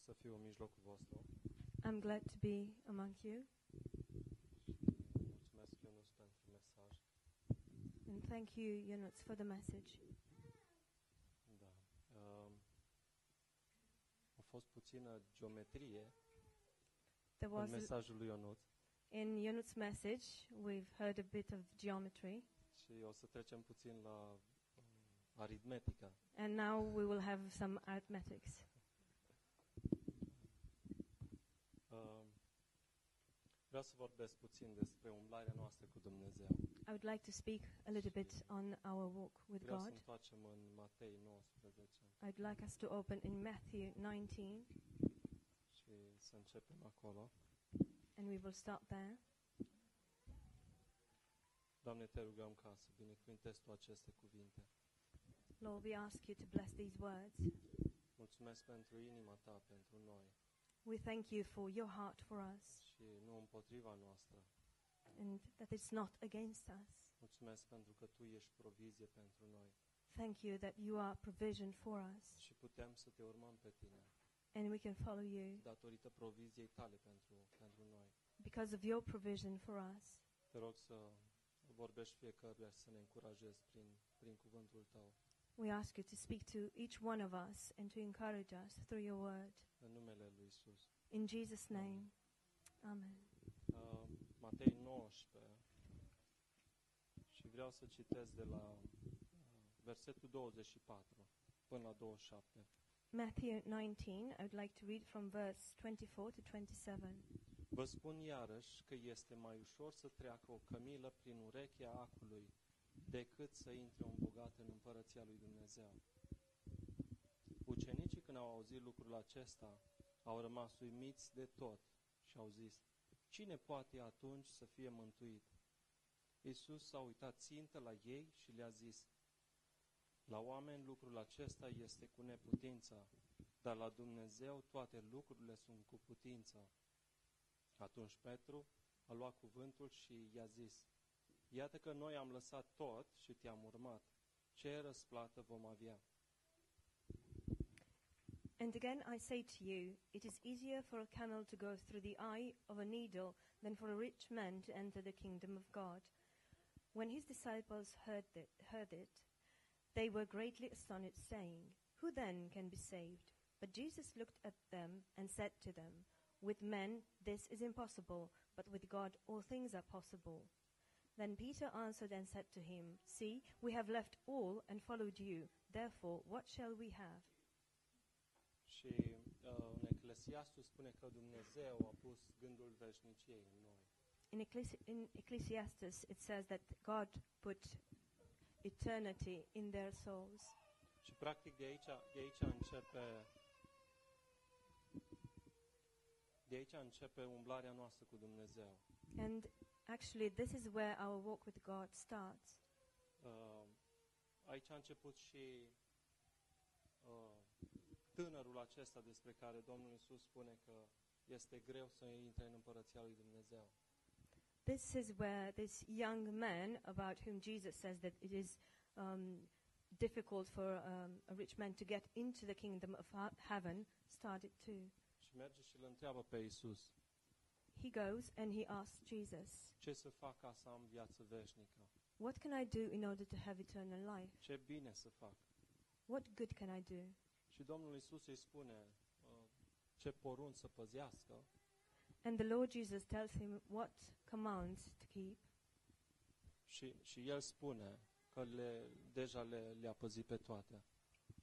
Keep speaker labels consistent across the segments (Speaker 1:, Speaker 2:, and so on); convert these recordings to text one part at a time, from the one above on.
Speaker 1: să fiu în mijlocul vostru.
Speaker 2: I'm glad to be among you
Speaker 1: Și mulțumesc, Ionuț, pentru mesaj.
Speaker 2: and thank you, Yunus, for the message.
Speaker 1: Da. Um, a fost puțină geometrie
Speaker 2: There
Speaker 1: în
Speaker 2: was
Speaker 1: mesajul lui Ionuț
Speaker 2: in Yunus' message, we've heard a bit of geometry,
Speaker 1: și o să trecem puțin la um, aritmetică.
Speaker 2: and now we will have some arithmetics.
Speaker 1: Um, vreau să vorbesc puțin despre umblarea noastră cu Dumnezeu.
Speaker 2: I would like to speak a little bit on our walk with
Speaker 1: Vreau să
Speaker 2: God.
Speaker 1: întoarcem în Matei 19
Speaker 2: I'd like us to open in Matthew 19,
Speaker 1: și să începem acolo.
Speaker 2: and we will start there.
Speaker 1: Doamne, te rugăm ca să binecuvintezi Tu aceste cuvinte.
Speaker 2: Lord, we ask you to bless these words.
Speaker 1: Mulțumesc pentru inima Ta, pentru noi
Speaker 2: We thank you for your heart for us
Speaker 1: și nu împotriva noastră.
Speaker 2: and that it's not against us.
Speaker 1: Mulțumesc pentru că Tu ești provizie pentru noi
Speaker 2: Thank you that you are provision for us
Speaker 1: și putem să Te urmăm pe Tine
Speaker 2: and we can follow you
Speaker 1: datorită proviziei Tale pentru, pentru noi.
Speaker 2: because of your provision for us.
Speaker 1: Te rog să vorbești fiecăruia și să ne încurajezi prin, prin cuvântul Tău.
Speaker 2: We ask you to speak to each one of us and to encourage us through your word.
Speaker 1: În numele Lui Isus.
Speaker 2: In Jesus' name, Amen.
Speaker 1: Uh, Matei 19 și vreau să citesc de la uh, versetul 24 până la 27.
Speaker 2: Matthew 19, I would like to read from verse 24 to 27.
Speaker 1: Vă spun iarăși că este mai ușor să treacă o cămilă prin urechea acului decât să intre un bogat în împărăția lui Dumnezeu. Ucenicii când au auzit lucrul acesta au rămas uimiți de tot și au zis, cine poate atunci să fie mântuit? Iisus s-a uitat țintă la ei și le-a zis, la oameni lucrul acesta este cu neputință, dar la Dumnezeu toate lucrurile sunt cu putință. Atunci Petru a luat cuvântul și i-a zis, Iată că noi am lăsat tot și te-am urmat. Ce răsplată vom avea?
Speaker 2: And again I say to you, it is easier for a camel to go through the eye of a needle than for a rich man to enter the kingdom of God. When his disciples heard it, heard it they were greatly astonished, saying, Who then can be saved? But Jesus looked at them and said to them, With men this is impossible, but with God all things are possible. Then Peter answered and said to him, See, we have left all and followed you. Therefore, what shall we have?
Speaker 1: Și uh, în Eclesiastul spune că Dumnezeu a pus gândul veșniciei în noi.
Speaker 2: In, Ecclesi- in Ecclesiastes, it says that God put eternity in their souls.
Speaker 1: Și practic de aici, de aici începe de aici începe umblarea noastră cu Dumnezeu.
Speaker 2: And actually, this is where our walk with God starts.
Speaker 1: Uh, aici a început și uh, tânărul acesta despre care Domnul Iisus spune că este greu să intre în împărăția lui Dumnezeu.
Speaker 2: This is where this young man, about whom Jesus says that it is um, difficult for um, a rich man to get into the kingdom of ha- heaven, started too.
Speaker 1: Și merge și îl întreabă pe Iisus,
Speaker 2: He goes and he asks Jesus,
Speaker 1: ce să fac ca să am viață veșnică?
Speaker 2: What can I do in order to have eternal life?
Speaker 1: Ce bine să fac?
Speaker 2: What good can I do?
Speaker 1: Și Domnul Iisus îi spune uh, ce porunci să păzească
Speaker 2: And the Lord Jesus tells him what commands to keep.
Speaker 1: și, și el spune că le, deja le, le-a păzit pe toate.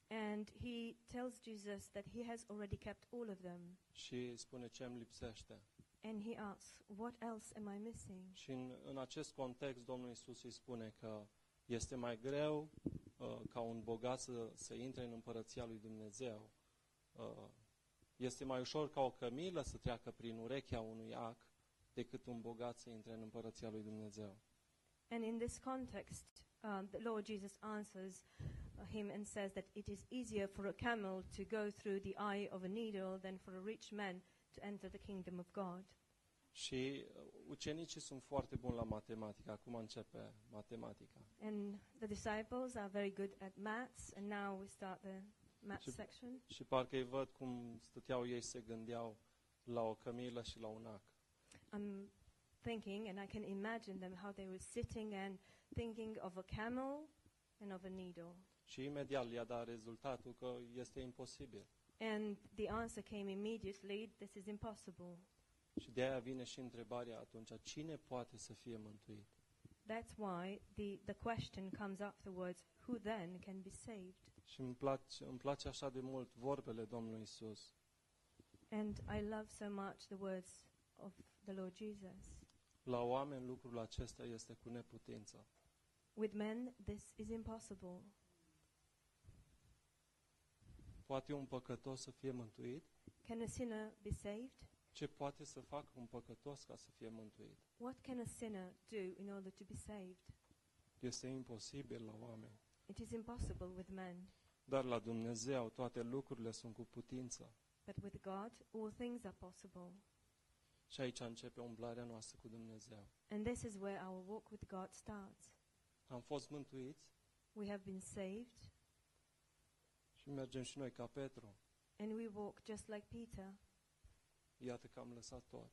Speaker 2: And he tells Jesus that he has already kept all of them.
Speaker 1: Și spune ce îmi lipsește.
Speaker 2: And he asks, What else am I missing?
Speaker 1: Și în, în acest context, Domnul Isus îi spune că este mai greu uh, ca un bogat să, să intre în împărăția lui Dumnezeu. Uh, este mai ușor ca o cămilă să treacă prin urechea unui ac decât un bogat să intre în împărăția lui Dumnezeu.
Speaker 2: And in this context, um, the Lord Jesus answers uh, him and says that it is easier for a camel to go through the eye of a needle than for a rich man to enter the kingdom of God.
Speaker 1: Și uh, ucenicii sunt foarte buni la matematică. Acum începe matematica.
Speaker 2: And the disciples are very good at maths, and now we start the map
Speaker 1: Ce-
Speaker 2: section.
Speaker 1: Și parcă îi văd cum stăteau ei, se gândeau la o cămilă și la un ac.
Speaker 2: I'm thinking, and I can imagine them how they were sitting and thinking of a camel and of a needle.
Speaker 1: Și imediat le-a dat rezultatul că este imposibil.
Speaker 2: And the answer came immediately this is impossible.
Speaker 1: Și de aia vine și întrebarea atunci, cine poate să fie mântuit?
Speaker 2: That's why the, the question comes afterwards who then can be saved?
Speaker 1: Și îmi place, îmi place așa de mult vorbele Domnului Isus.
Speaker 2: And I love so much the words of the Lord Jesus.
Speaker 1: La oameni lucrul acesta este cu neputință.
Speaker 2: With men, this is impossible.
Speaker 1: Poate un păcătos să fie mântuit?
Speaker 2: Can a sinner be saved?
Speaker 1: Ce poate să facă un păcătos ca să fie mântuit?
Speaker 2: What can a sinner do in order to be saved?
Speaker 1: Este imposibil la oameni.
Speaker 2: It is impossible with men,
Speaker 1: Dar la Dumnezeu toate lucrurile sunt cu putință.
Speaker 2: but with God, all things are possible.
Speaker 1: Și aici începe umblarea noastră cu Dumnezeu.
Speaker 2: And this is where our walk with God starts.
Speaker 1: Am fost mântuiți
Speaker 2: We have been saved,
Speaker 1: și mergem și noi ca Petru.
Speaker 2: and we walk just like Peter.
Speaker 1: Iată că am lăsat tot.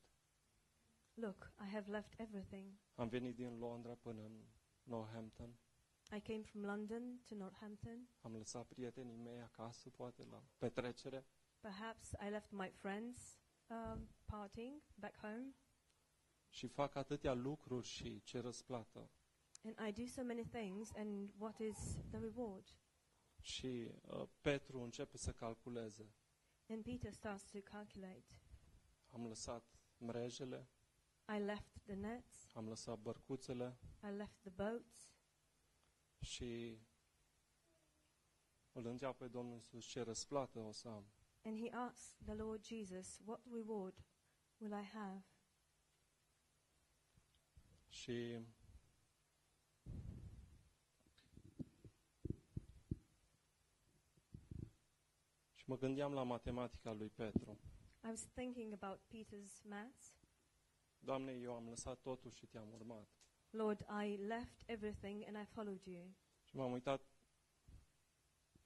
Speaker 2: Look, I have left everything.
Speaker 1: Am venit din Londra până în Northampton.
Speaker 2: I came from London to Northampton.
Speaker 1: Am lăsat prietenii mei acasă, poate la petrecere.
Speaker 2: Perhaps I left my friends um, partying back home,
Speaker 1: Și fac atâtea lucruri și ce răsplată.
Speaker 2: and I do so many things, and what is the reward?
Speaker 1: Și uh, Petru începe să calculeze.
Speaker 2: And Peter starts to calculate.
Speaker 1: Am lăsat mrejele,
Speaker 2: I left the nets,
Speaker 1: am lăsat bărcuțele
Speaker 2: I left the boats,
Speaker 1: și îl îngeapă pe Domnul Iisus ce răsplată o să am.
Speaker 2: and he asks the Lord Jesus, What reward will I have?
Speaker 1: Și și mă gândeam la matematica lui Petru.
Speaker 2: I was thinking about Peter's maths.
Speaker 1: Doamne, eu am lăsat totul și te-am urmat.
Speaker 2: Lord, I left everything and I followed you.
Speaker 1: Și m-am uitat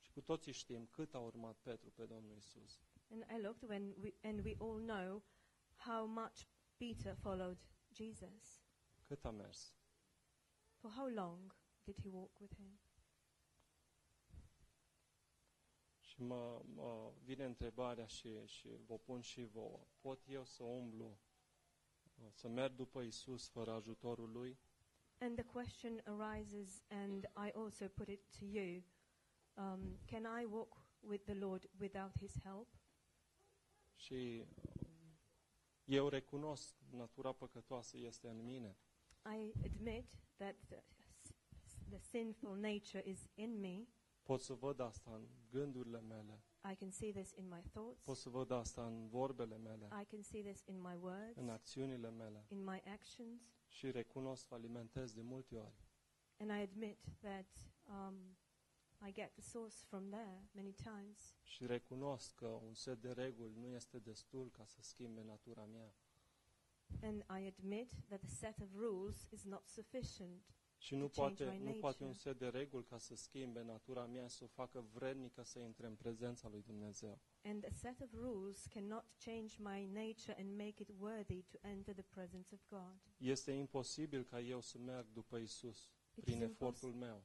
Speaker 1: și cu toții știm cât a urmat Petru pe Domnul Isus.
Speaker 2: And I looked when we, and we all know how much Peter followed Jesus.
Speaker 1: Cât a mers.
Speaker 2: For how long did he walk with him?
Speaker 1: Și mă, mă vine întrebarea și, și vă pun și vouă. Pot eu să umblu, să merg după Isus fără ajutorul Lui?
Speaker 2: And the question arises, and I also put it to you um, Can I walk with the Lord without his help?
Speaker 1: Și uh, eu recunosc, natura păcătoasă este în mine,
Speaker 2: I admit that the, s- the sinful nature is in me.
Speaker 1: pot să văd asta în gândurile mele,
Speaker 2: I can see this in my
Speaker 1: pot
Speaker 2: thoughts.
Speaker 1: să văd asta în vorbele mele,
Speaker 2: I can see this in my words,
Speaker 1: în acțiunile mele
Speaker 2: in my actions.
Speaker 1: și recunosc, alimentez de multe ori.
Speaker 2: And I admit that um, I get the source from there many times.
Speaker 1: Și recunosc că un set de reguli nu este destul ca să schimbe natura mea.
Speaker 2: And I admit that the set of rules is not sufficient.
Speaker 1: Și nu
Speaker 2: To change
Speaker 1: poate,
Speaker 2: my
Speaker 1: nu poate
Speaker 2: nature.
Speaker 1: un set de reguli ca să schimbe natura mea, să o facă vrednică să intre în prezența lui Dumnezeu.
Speaker 2: And a set of rules cannot change my nature and make it worthy to enter the presence of God.
Speaker 1: Este imposibil ca eu să merg după Isus
Speaker 2: It
Speaker 1: prin
Speaker 2: is impos-
Speaker 1: efortul meu.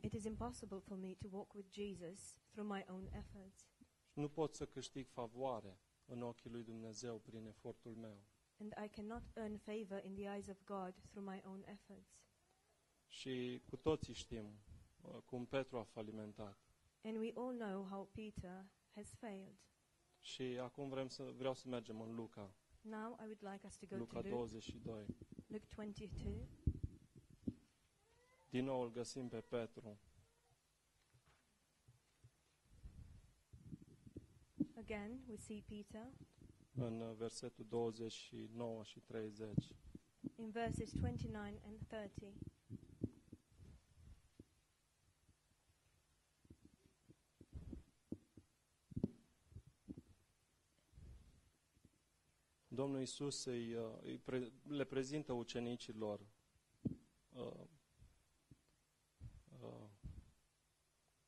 Speaker 2: It is impossible for me to walk with Jesus through my own efforts.
Speaker 1: Nu pot să câștig favoare în ochii lui Dumnezeu prin efortul meu.
Speaker 2: And I cannot earn favor in the eyes of God through my own efforts.
Speaker 1: Și cu toții știm uh, cum Petru a falimentat.
Speaker 2: And we all know how Peter has failed.
Speaker 1: Și acum vrem să, vreau să mergem în Luca,
Speaker 2: Now I would like us to go
Speaker 1: Luca
Speaker 2: to Luke,
Speaker 1: 22.
Speaker 2: Luke 22.
Speaker 1: Din nou îl găsim pe Petru.
Speaker 2: Again, we see Peter
Speaker 1: în uh, versetul 29 și 30.
Speaker 2: in verses 29 and 30.
Speaker 1: Domnul Iisus îi, uh, îi pre, le prezintă ucenicilor uh, uh,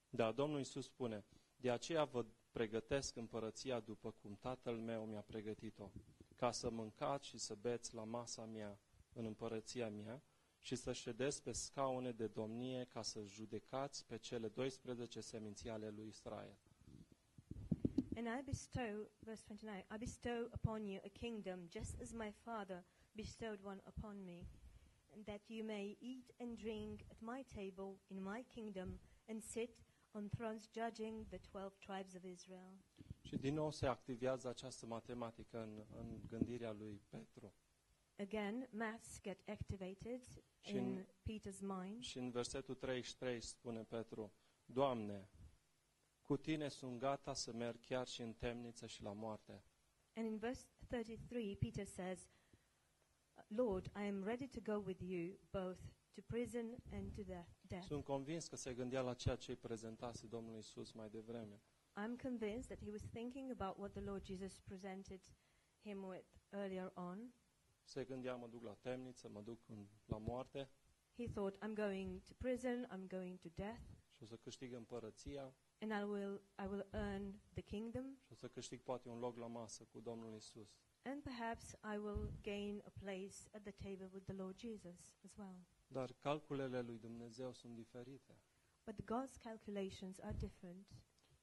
Speaker 1: da, Domnul Iisus spune, De aceea vă pregătesc împărăția după cum tatăl meu mi-a pregătit-o, ca să mâncați și să beți la masa mea în împărăția mea și să ședeți pe scaune de domnie ca să judecați pe cele 12 seminții ale lui Israel.
Speaker 2: And I bestow, verse 29, I bestow upon you a kingdom, just as my father bestowed one upon me, and that you may eat and drink at my table in my kingdom, and sit on thrones judging the twelve tribes of Israel.
Speaker 1: Și din nou se activează această matematică în, în gândirea lui Petru.
Speaker 2: Again, maths get activated
Speaker 1: Și în-
Speaker 2: in Peter's mind.
Speaker 1: Și în versetul 33 spune Petru, Doamne, cu tine sunt gata să merg chiar și în temniță și la moarte.
Speaker 2: And in verse 33, Peter says, Lord, I am ready to go with you both to prison and to death. death.
Speaker 1: Sunt convins că se gândea la ceea ce îi prezentase Domnul Isus mai devreme.
Speaker 2: I'm convinced that he was thinking about what the Lord Jesus presented him with earlier on.
Speaker 1: Se gândea, mă duc la temniță, mă duc în, la moarte
Speaker 2: He thought, I'm going to prison, I'm going to death,
Speaker 1: și o să câștig împărăția
Speaker 2: and I will, I will earn the kingdom,
Speaker 1: și o să câștig poate un loc la masă cu Domnul Isus.
Speaker 2: and perhaps I will gain a place at the table with the Lord Jesus as well.
Speaker 1: Dar calculele lui Dumnezeu sunt diferite.
Speaker 2: But God's calculations are different,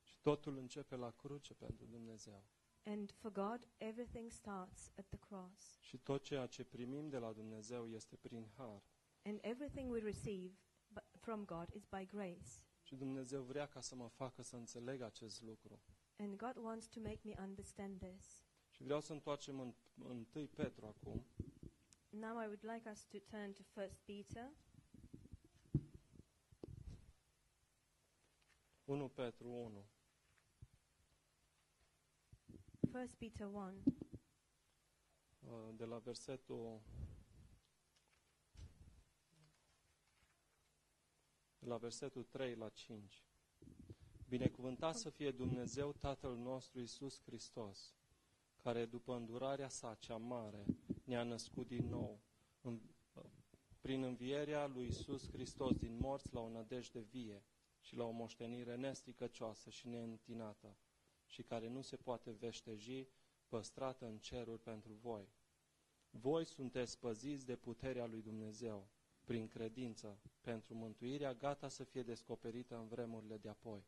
Speaker 1: Și totul începe la cruce pentru Dumnezeu.
Speaker 2: and for God, everything starts at the cross,
Speaker 1: Și tot ceea ce primim de la Dumnezeu este prin har.
Speaker 2: and everything we receive bu- from God is by grace.
Speaker 1: Și Dumnezeu vrea ca să mă facă să înțeleg acest lucru.
Speaker 2: And God wants to make me understand this.
Speaker 1: Și vreau să întoarcem în, în 1 Petru acum,
Speaker 2: Now I would like us to turn to First Peter,
Speaker 1: 1 Petru 1.
Speaker 2: First Peter one,
Speaker 1: Uh, de la versetul de la versetul 3 la 5. Binecuvântat să fie Dumnezeu Tatăl nostru Isus Hristos, care după îndurarea sa cea mare ne-a născut din nou în, prin învierea lui Isus Hristos din morți la o nădejde vie și la o moștenire nestricăcioasă și neîntinată și care nu se poate veșteji păstrată în ceruri pentru voi. Voi sunteți păziți de puterea lui Dumnezeu, prin credință, pentru mântuirea gata să fie descoperită în vremurile de apoi.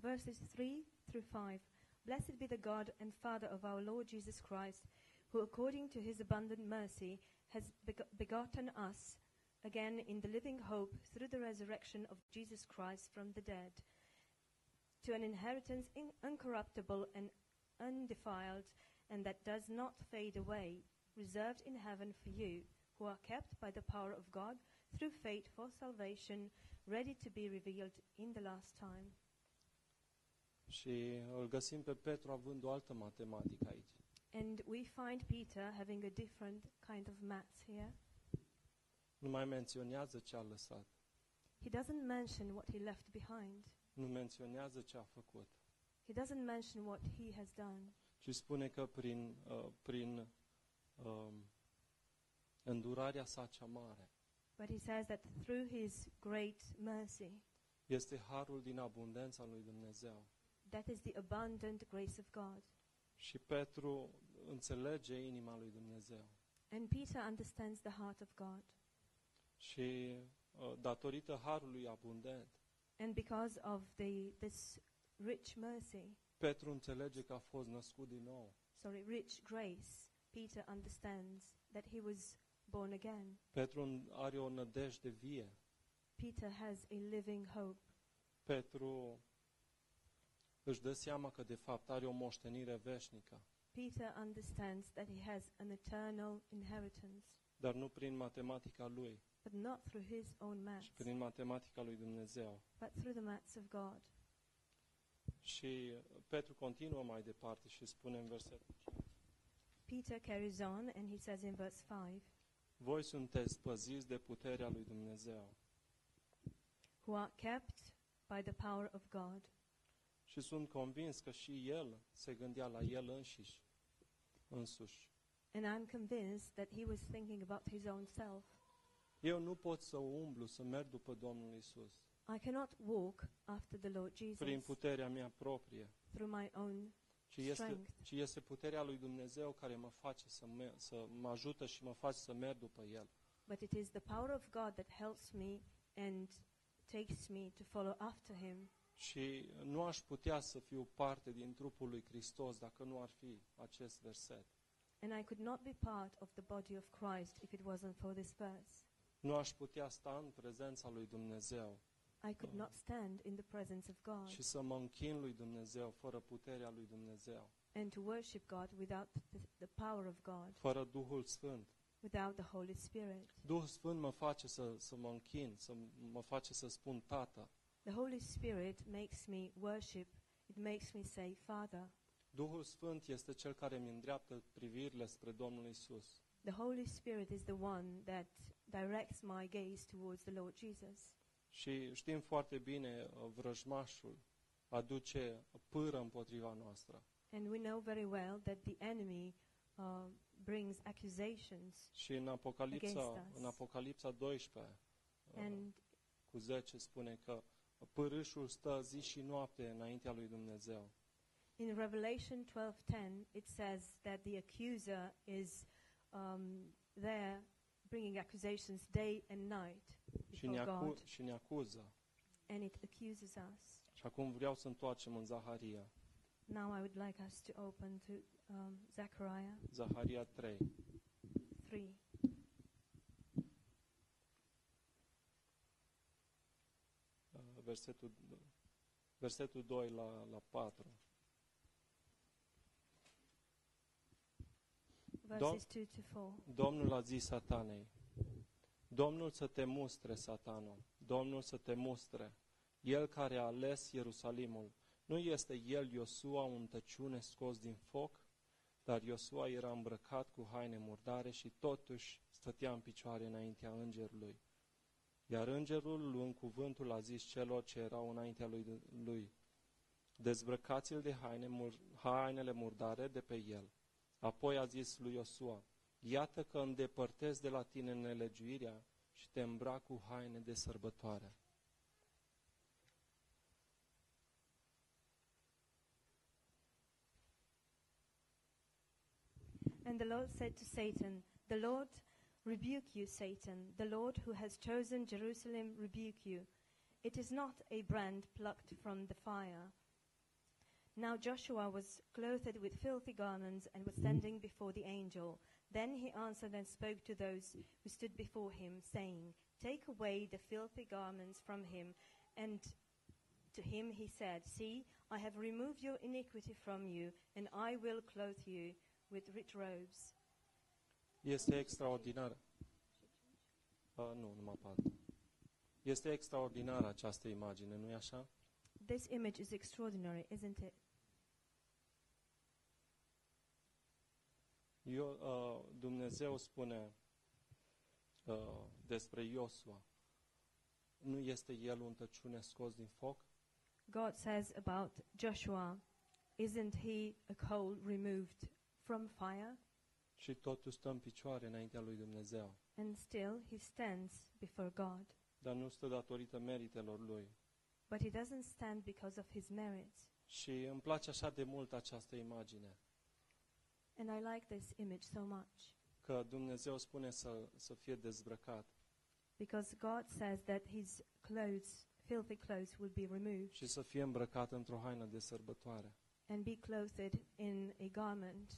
Speaker 2: verses three through five. Blessed be the God and Father of our Lord Jesus Christ, who according to His abundant mercy has bego- begotten us again in the living hope through the resurrection of Jesus Christ from the dead, to an inheritance in- incorruptible and undefiled, and that does not fade away, reserved in heaven for you, who are kept by the power of God through faith for salvation, ready to be revealed in the last time.
Speaker 1: Și îl găsim pe Petru având o altă matematică aici.
Speaker 2: And we find Peter having a different kind of maths here.
Speaker 1: Nu mai menționează ce a lăsat,
Speaker 2: He doesn't mention what he left behind.
Speaker 1: nu menționează ce a făcut,
Speaker 2: He doesn't mention what he has done.
Speaker 1: ci spune că prin, uh, prin uh, îndurarea sa cea mare
Speaker 2: But he says that through his great mercy,
Speaker 1: este harul din abundența lui Dumnezeu.
Speaker 2: that is the abundant grace of God.
Speaker 1: Și Petru înțelege inima lui Dumnezeu.
Speaker 2: And Peter understands the heart of God.
Speaker 1: Și uh, datorită harului abundent,
Speaker 2: And because of the, this rich mercy,
Speaker 1: Petru înțelege că a fost născut din nou.
Speaker 2: sorry, rich grace, Peter understands that he was born again.
Speaker 1: Petru în- are o nădejde vie.
Speaker 2: Peter has a living hope.
Speaker 1: Petru își dă seama că de fapt are o moștenire veșnică,
Speaker 2: Peter understands that he has an eternal inheritance,
Speaker 1: dar nu prin matematica lui,
Speaker 2: but not through his own
Speaker 1: ci
Speaker 2: maths,
Speaker 1: prin matematica lui Dumnezeu.
Speaker 2: but through the maths of God.
Speaker 1: Și uh, Petru continuă mai departe și spune în versetul 5,
Speaker 2: Peter carries on and he says in verse 5,
Speaker 1: Voi sunteți păziți de puterea lui Dumnezeu
Speaker 2: who are kept by the power of God.
Speaker 1: și sunt convins că și el se gândea la el înșiși, însuși.
Speaker 2: And I'm convinced that he was thinking about his own self.
Speaker 1: Eu nu pot să umblu, să merg după Domnul Isus,
Speaker 2: I cannot walk after the Lord Jesus
Speaker 1: prin puterea mea proprie,
Speaker 2: through my own
Speaker 1: ci este,
Speaker 2: Strength.
Speaker 1: ci este puterea lui Dumnezeu care mă face să, me- să mă ajută și mă face să merg după El.
Speaker 2: But it is the power of God that helps me and takes me to follow after him.
Speaker 1: Și nu aș putea să fiu parte din trupul lui Hristos dacă nu ar fi acest verset.
Speaker 2: And I could not be part of the body of Christ if it wasn't for this verse.
Speaker 1: Nu aș putea sta în prezența lui Dumnezeu
Speaker 2: I could
Speaker 1: Mm.
Speaker 2: not stand in the presence of God
Speaker 1: și să mă închin lui Dumnezeu fără puterea lui Dumnezeu,
Speaker 2: and to worship God without the, the power of God,
Speaker 1: fără Duhul Sfânt.
Speaker 2: without the Holy Spirit.
Speaker 1: Duhul Sfânt mă face să, să mă închin, să mă face să spun Tată.
Speaker 2: The Holy Spirit makes me worship. It makes me say, Father.
Speaker 1: Duhul Sfânt este cel care mi îndreaptă privirile spre Domnul Isus.
Speaker 2: The Holy Spirit is the one that directs my gaze towards the Lord Jesus.
Speaker 1: Și știm foarte bine, uh, vrăjmașul aduce pâră împotriva noastră.
Speaker 2: And we know very well that the enemy uh, brings accusations.
Speaker 1: Și în Apocalipsa,
Speaker 2: Against us.
Speaker 1: în Apocalipsa 12, uh,
Speaker 2: And
Speaker 1: cu 10 spune că pârâșul stă zi și noapte înaintea lui Dumnezeu.
Speaker 2: in Revelation 12:10, it says that the accuser is um, there bringing accusations day and night
Speaker 1: Și ne,
Speaker 2: before God,
Speaker 1: acu- și ne acuză.
Speaker 2: and it accuses us.
Speaker 1: Și acum vreau să întoarcem în Zaharia,
Speaker 2: Now I would like us to open to um, Zechariah
Speaker 1: Zaharia 3.
Speaker 2: 3.
Speaker 1: Uh, versetul, versetul 2 la, la 4.
Speaker 2: Verses 2 to 4.
Speaker 1: Domnul a zis satanei, Domnul să te mustre, satano, Domnul să te mustre, El care a ales Ierusalimul. Nu este El Iosua un tăciune scos din foc? Dar Iosua era îmbrăcat cu haine murdare și totuși stătea în picioare înaintea îngerului. Iar îngerul, luând cuvântul, a zis celor ce erau înaintea lui, lui dezbrăcați-l de haine, mur, hainele murdare de pe el. Apoi a zis lui Iosua, Iată că îndepărtez de la tine nelegiuirea și te îmbrac cu haine de sărbătoare.
Speaker 2: And the Lord said to Satan, The Lord rebuke you, Satan. The Lord who has chosen Jerusalem rebuke you. It is not a brand plucked from the fire. Now Joshua was clothed with filthy garments and was standing before the angel. Then he answered and spoke to those who stood before him, saying, Take away the filthy garments from him. And to him he said, See, I have removed your iniquity from you, and I will clothe you with rich robes.
Speaker 1: Este extraordinar. Uh, nu, numai patru. Este extraordinară această imagine, nu-i așa?
Speaker 2: This image is extraordinary, isn't it?
Speaker 1: Eu, uh, Dumnezeu spune uh, despre Iosua, nu este el un tăciune scos din foc?
Speaker 2: God says about Joshua, Isn't he a coal removed from fire?
Speaker 1: Și totuși stă în picioare înaintea lui Dumnezeu,
Speaker 2: And still he stands before God.
Speaker 1: dar nu stă datorită meritelor lui.
Speaker 2: But he doesn't stand because of his merits.
Speaker 1: Și îmi place așa de mult această imagine.
Speaker 2: And I like this image so much
Speaker 1: că Dumnezeu spune să, să fie dezbrăcat
Speaker 2: because God says that his clothes, filthy clothes, will be removed
Speaker 1: și să fie îmbrăcat într-o haină de sărbătoare.
Speaker 2: and be clothed in a garment.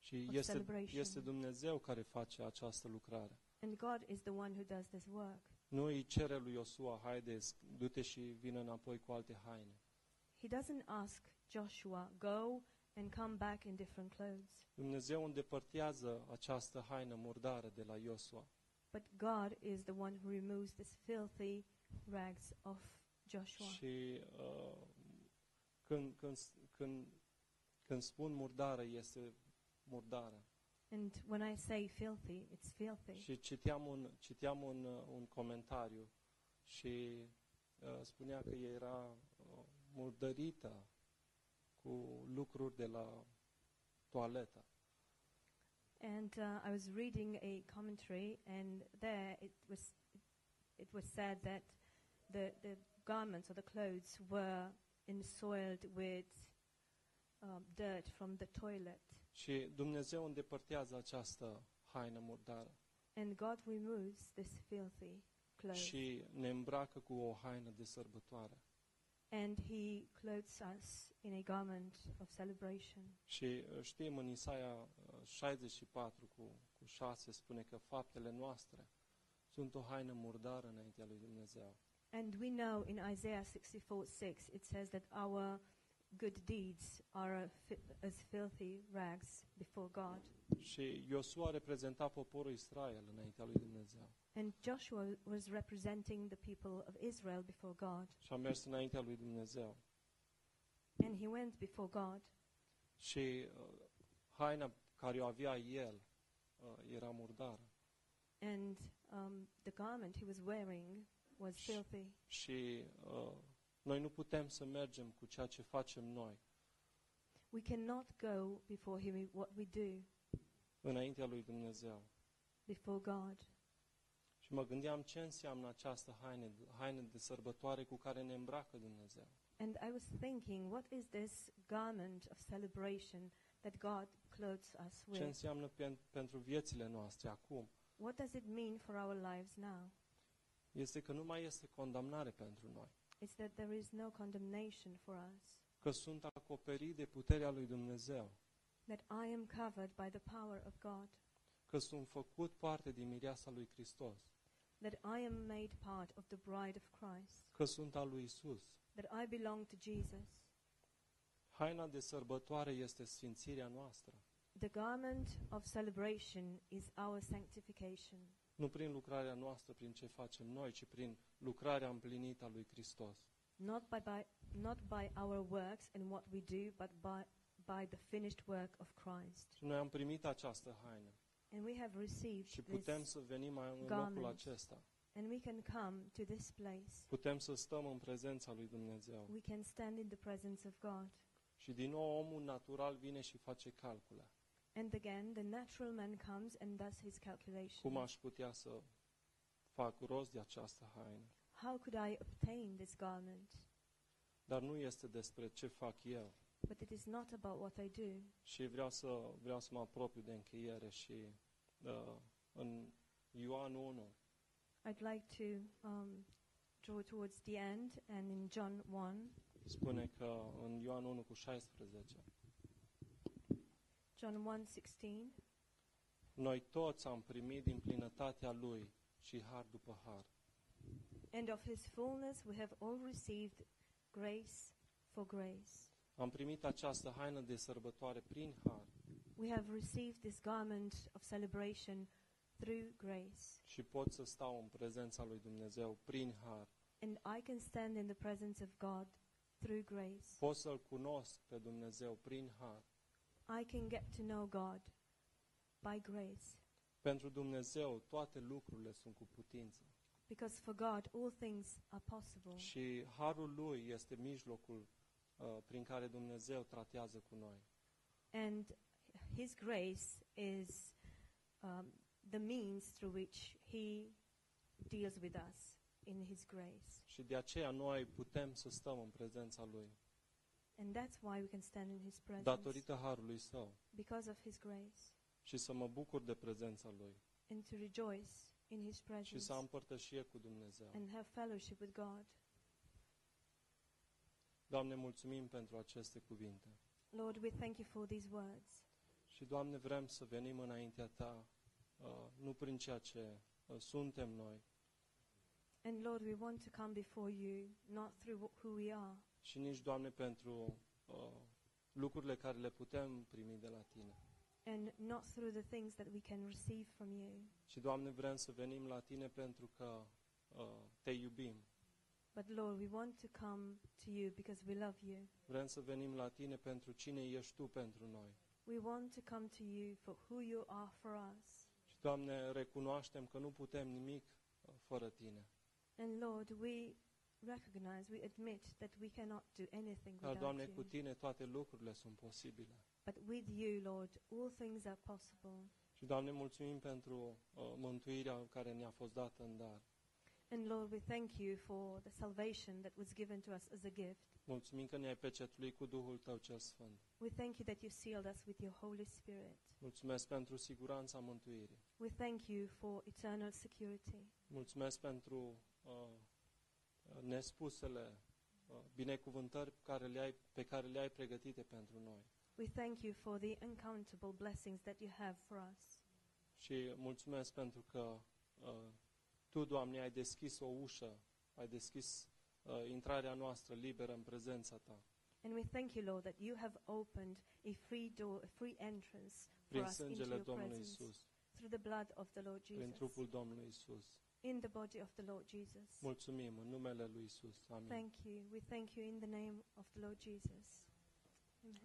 Speaker 1: Și
Speaker 2: Of
Speaker 1: este,
Speaker 2: celebration.
Speaker 1: este Dumnezeu care face această lucrare.
Speaker 2: And God is the one who does this work.
Speaker 1: Nu îi cere lui Iosua, haide, s- du-te și vină înapoi cu alte haine.
Speaker 2: He doesn't ask Joshua, go and come back in different clothes.
Speaker 1: Dumnezeu îndepărtează această haină murdară de la Iosua
Speaker 2: But God is the one who removes these filthy rags of Joshua.
Speaker 1: și uh, când, când, s- când, când spun murdară, este murdară.
Speaker 2: And when I say filthy, it's filthy.
Speaker 1: Și citeam un, citeam un, uh, un comentariu și uh, spunea că ea era uh, murdărită cu lucruri de la toaletă.
Speaker 2: And uh, I was reading a commentary, and there it was, it was said that the, the garments or the clothes were ensoiled with um, dirt from the toilet.
Speaker 1: Și Dumnezeu îndepărtează această haină murdară
Speaker 2: And God removes this filthy clothes.
Speaker 1: și ne îmbracă cu o haină de sărbătoare.
Speaker 2: And He clothes us in a garment of celebration.
Speaker 1: Și uh, știm în Isaia uh, 64 cu, cu 6 spune că faptele noastre sunt o haină murdară înaintea lui Dumnezeu.
Speaker 2: And we know in Isaiah 64 6, it says that our good deeds are a fi- as filthy rags before God.
Speaker 1: Și Iosua reprezenta poporul Israel înaintea lui Dumnezeu.
Speaker 2: And Joshua was representing the people of Israel before God.
Speaker 1: Și a mers înaintea lui Dumnezeu.
Speaker 2: And he went before God.
Speaker 1: Și uh, haina care o avea el uh, era murdară.
Speaker 2: And um, the garment he was wearing was
Speaker 1: Sh-
Speaker 2: filthy.
Speaker 1: Și uh, noi nu putem să mergem cu ceea ce facem noi
Speaker 2: We cannot go before him in what we do
Speaker 1: înaintea lui Dumnezeu.
Speaker 2: before God.
Speaker 1: Și mă gândeam ce înseamnă această haine, haine de sărbătoare cu care ne îmbracă Dumnezeu.
Speaker 2: And I was thinking, what is this garment of celebration that God clothes us
Speaker 1: Ce
Speaker 2: with?
Speaker 1: înseamnă pen, pentru viețile noastre acum
Speaker 2: What does it mean for our lives now?
Speaker 1: este că nu mai este condamnare pentru noi,
Speaker 2: It's that there is no condemnation for us,
Speaker 1: că sunt acoperit de puterea lui Dumnezeu,
Speaker 2: that I am covered by the power of God,
Speaker 1: că sunt făcut parte din mireasa lui Hristos,
Speaker 2: that I am made part of the bride of Christ,
Speaker 1: că sunt al lui Isus.
Speaker 2: that I belong to Jesus.
Speaker 1: Haina de sărbătoare este sfințirea noastră,
Speaker 2: The garment of celebration is our sanctification,
Speaker 1: nu prin lucrarea noastră, prin ce facem noi, ci prin lucrarea împlinită a lui Hristos.
Speaker 2: not by, by, not by our works and what we do, but by, by the finished work of Christ.
Speaker 1: Și noi am primit această haină
Speaker 2: And we have received
Speaker 1: și putem
Speaker 2: this,
Speaker 1: să venim mai în locul
Speaker 2: garment.
Speaker 1: acesta.
Speaker 2: and we can come to this place.
Speaker 1: Putem să stăm în prezența lui Dumnezeu.
Speaker 2: We can stand in the presence of God.
Speaker 1: Și din nou omul natural vine și face calcule.
Speaker 2: And again, the natural man comes and does his
Speaker 1: Cum
Speaker 2: calculation.
Speaker 1: aș putea să fac rost de această haină?
Speaker 2: How could I obtain this garment?
Speaker 1: Dar nu este despre ce fac eu.
Speaker 2: But it is not about what I do.
Speaker 1: Și vreau să, vreau să mă apropiu de încheiere și uh, în Ioan 1,
Speaker 2: I'd like to um, draw towards the end, and in John 1,
Speaker 1: spune că în Ioan 1 cu 16,
Speaker 2: John 1:16,
Speaker 1: noi toți am primit din plinătatea Lui și har după har.
Speaker 2: and of his fullness we have all received grace for grace.
Speaker 1: Am primit această haină de sărbătoare prin har
Speaker 2: We have received this garment of celebration through grace,
Speaker 1: și pot să stau în prezența lui Dumnezeu prin har.
Speaker 2: and I can stand in the presence of God through grace.
Speaker 1: Pot să-L cunosc pe Dumnezeu prin har.
Speaker 2: I can get to know God by grace,
Speaker 1: Pentru Dumnezeu toate lucrurile sunt cu putință.
Speaker 2: because for God all things are possible.
Speaker 1: Și harul lui este mijlocul uh, prin care Dumnezeu tratează cu noi.
Speaker 2: And His grace is um, the means through which He deals with us in His grace.
Speaker 1: Și de aceea noi putem să stăm în prezența lui,
Speaker 2: And that's why we can stand in His presence
Speaker 1: datorită harului său,
Speaker 2: because of His grace
Speaker 1: și să mă bucur de prezența lui
Speaker 2: and to rejoice in His
Speaker 1: și
Speaker 2: presence
Speaker 1: să am părtășie cu Dumnezeu.
Speaker 2: and have fellowship with God.
Speaker 1: Doamne, mulțumim pentru aceste cuvinte.
Speaker 2: Lord, we thank you for these words.
Speaker 1: Și, Doamne, vrem să venim înaintea ta, uh, nu prin ceea ce uh, suntem noi,
Speaker 2: And Lord, we want to come before you not through wh- who we are,
Speaker 1: și nici, Doamne, pentru uh, lucrurile care le putem primi de la tine.
Speaker 2: and not through the things that we can receive from you,
Speaker 1: Și, Doamne, vrem să venim la Tine pentru că uh, Te iubim.
Speaker 2: but Lord, we want to come to you because we love you.
Speaker 1: Vrem să venim la Tine pentru cine ești Tu pentru noi.
Speaker 2: We want to come to you for who you are for us.
Speaker 1: Și, Doamne, recunoaștem că nu putem nimic uh, fără Tine.
Speaker 2: And Lord, we recognize, we admit that we cannot do anything
Speaker 1: Dar,
Speaker 2: without
Speaker 1: Ah, Doamne, cu
Speaker 2: you.
Speaker 1: Tine toate lucrurile sunt posibile.
Speaker 2: But with you, Lord, all things are possible.
Speaker 1: Și, Doamne, mulțumim pentru uh, mântuirea care ne-a fost dată în dar.
Speaker 2: And Lord, we thank you for the salvation that was given to us as a gift.
Speaker 1: Mulțumim că ne-ai pecetluit cu Duhul Tău cel Sfânt.
Speaker 2: We thank you that you sealed us with your Holy Spirit.
Speaker 1: Mulțumesc pentru siguranța mântuirii.
Speaker 2: We thank you for eternal security.
Speaker 1: Mulțumesc pentru uh, nespusele uh, binecuvântări care le-ai, pe care le-ai pregătite pentru noi.
Speaker 2: We thank you for the uncountable blessings that you have for us.
Speaker 1: Și mulțumesc pentru că uh, Tu, Doamne, ai deschis o ușă, ai deschis uh, intrarea noastră liberă în prezența Ta,
Speaker 2: And we thank you, Lord, that you have opened a free door, a free entrance for
Speaker 1: prin
Speaker 2: us into
Speaker 1: sângele
Speaker 2: your
Speaker 1: Domnului
Speaker 2: presence
Speaker 1: Isus,
Speaker 2: through the blood of the Lord
Speaker 1: prin
Speaker 2: Jesus,
Speaker 1: trupul Domnului Isus.
Speaker 2: in the body of the Lord Jesus.
Speaker 1: Mulțumim în numele Lui Isus. Amin.
Speaker 2: Thank you. We thank you in the name of the Lord Jesus. Amen.